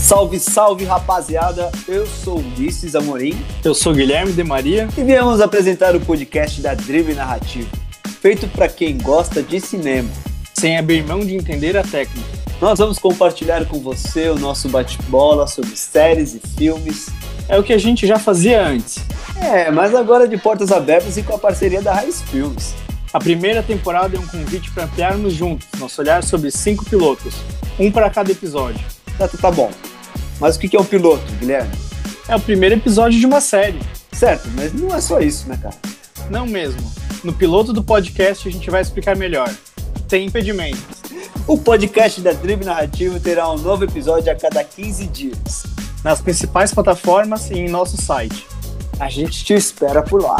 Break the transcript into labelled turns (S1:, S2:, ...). S1: Salve, salve, rapaziada! Eu sou Ulisses Amorim
S2: Eu sou Guilherme de Maria.
S1: e viemos apresentar o podcast da Drive Narrativo, feito para quem gosta de cinema.
S2: Sem abrir mão de entender a técnica.
S1: Nós vamos compartilhar com você o nosso bate-bola sobre séries e filmes.
S2: É o que a gente já fazia antes.
S1: É, mas agora de portas abertas e com a parceria da Raiz Filmes.
S2: A primeira temporada é um convite para ampliarmos juntos nosso olhar sobre cinco pilotos, um para cada episódio.
S1: Tá, tá, tá bom. Mas o que que é um piloto, Guilherme?
S2: É o primeiro episódio de uma série,
S1: Certo, mas não é só isso, né, cara?
S2: não mesmo. No piloto do podcast a gente vai explicar melhor. Sem impedimentos.
S1: O podcast da Drive Narrativo terá um novo episódio a cada 15 dias.
S2: Nas principais plataformas e em nosso site.
S1: A gente te espera por lá.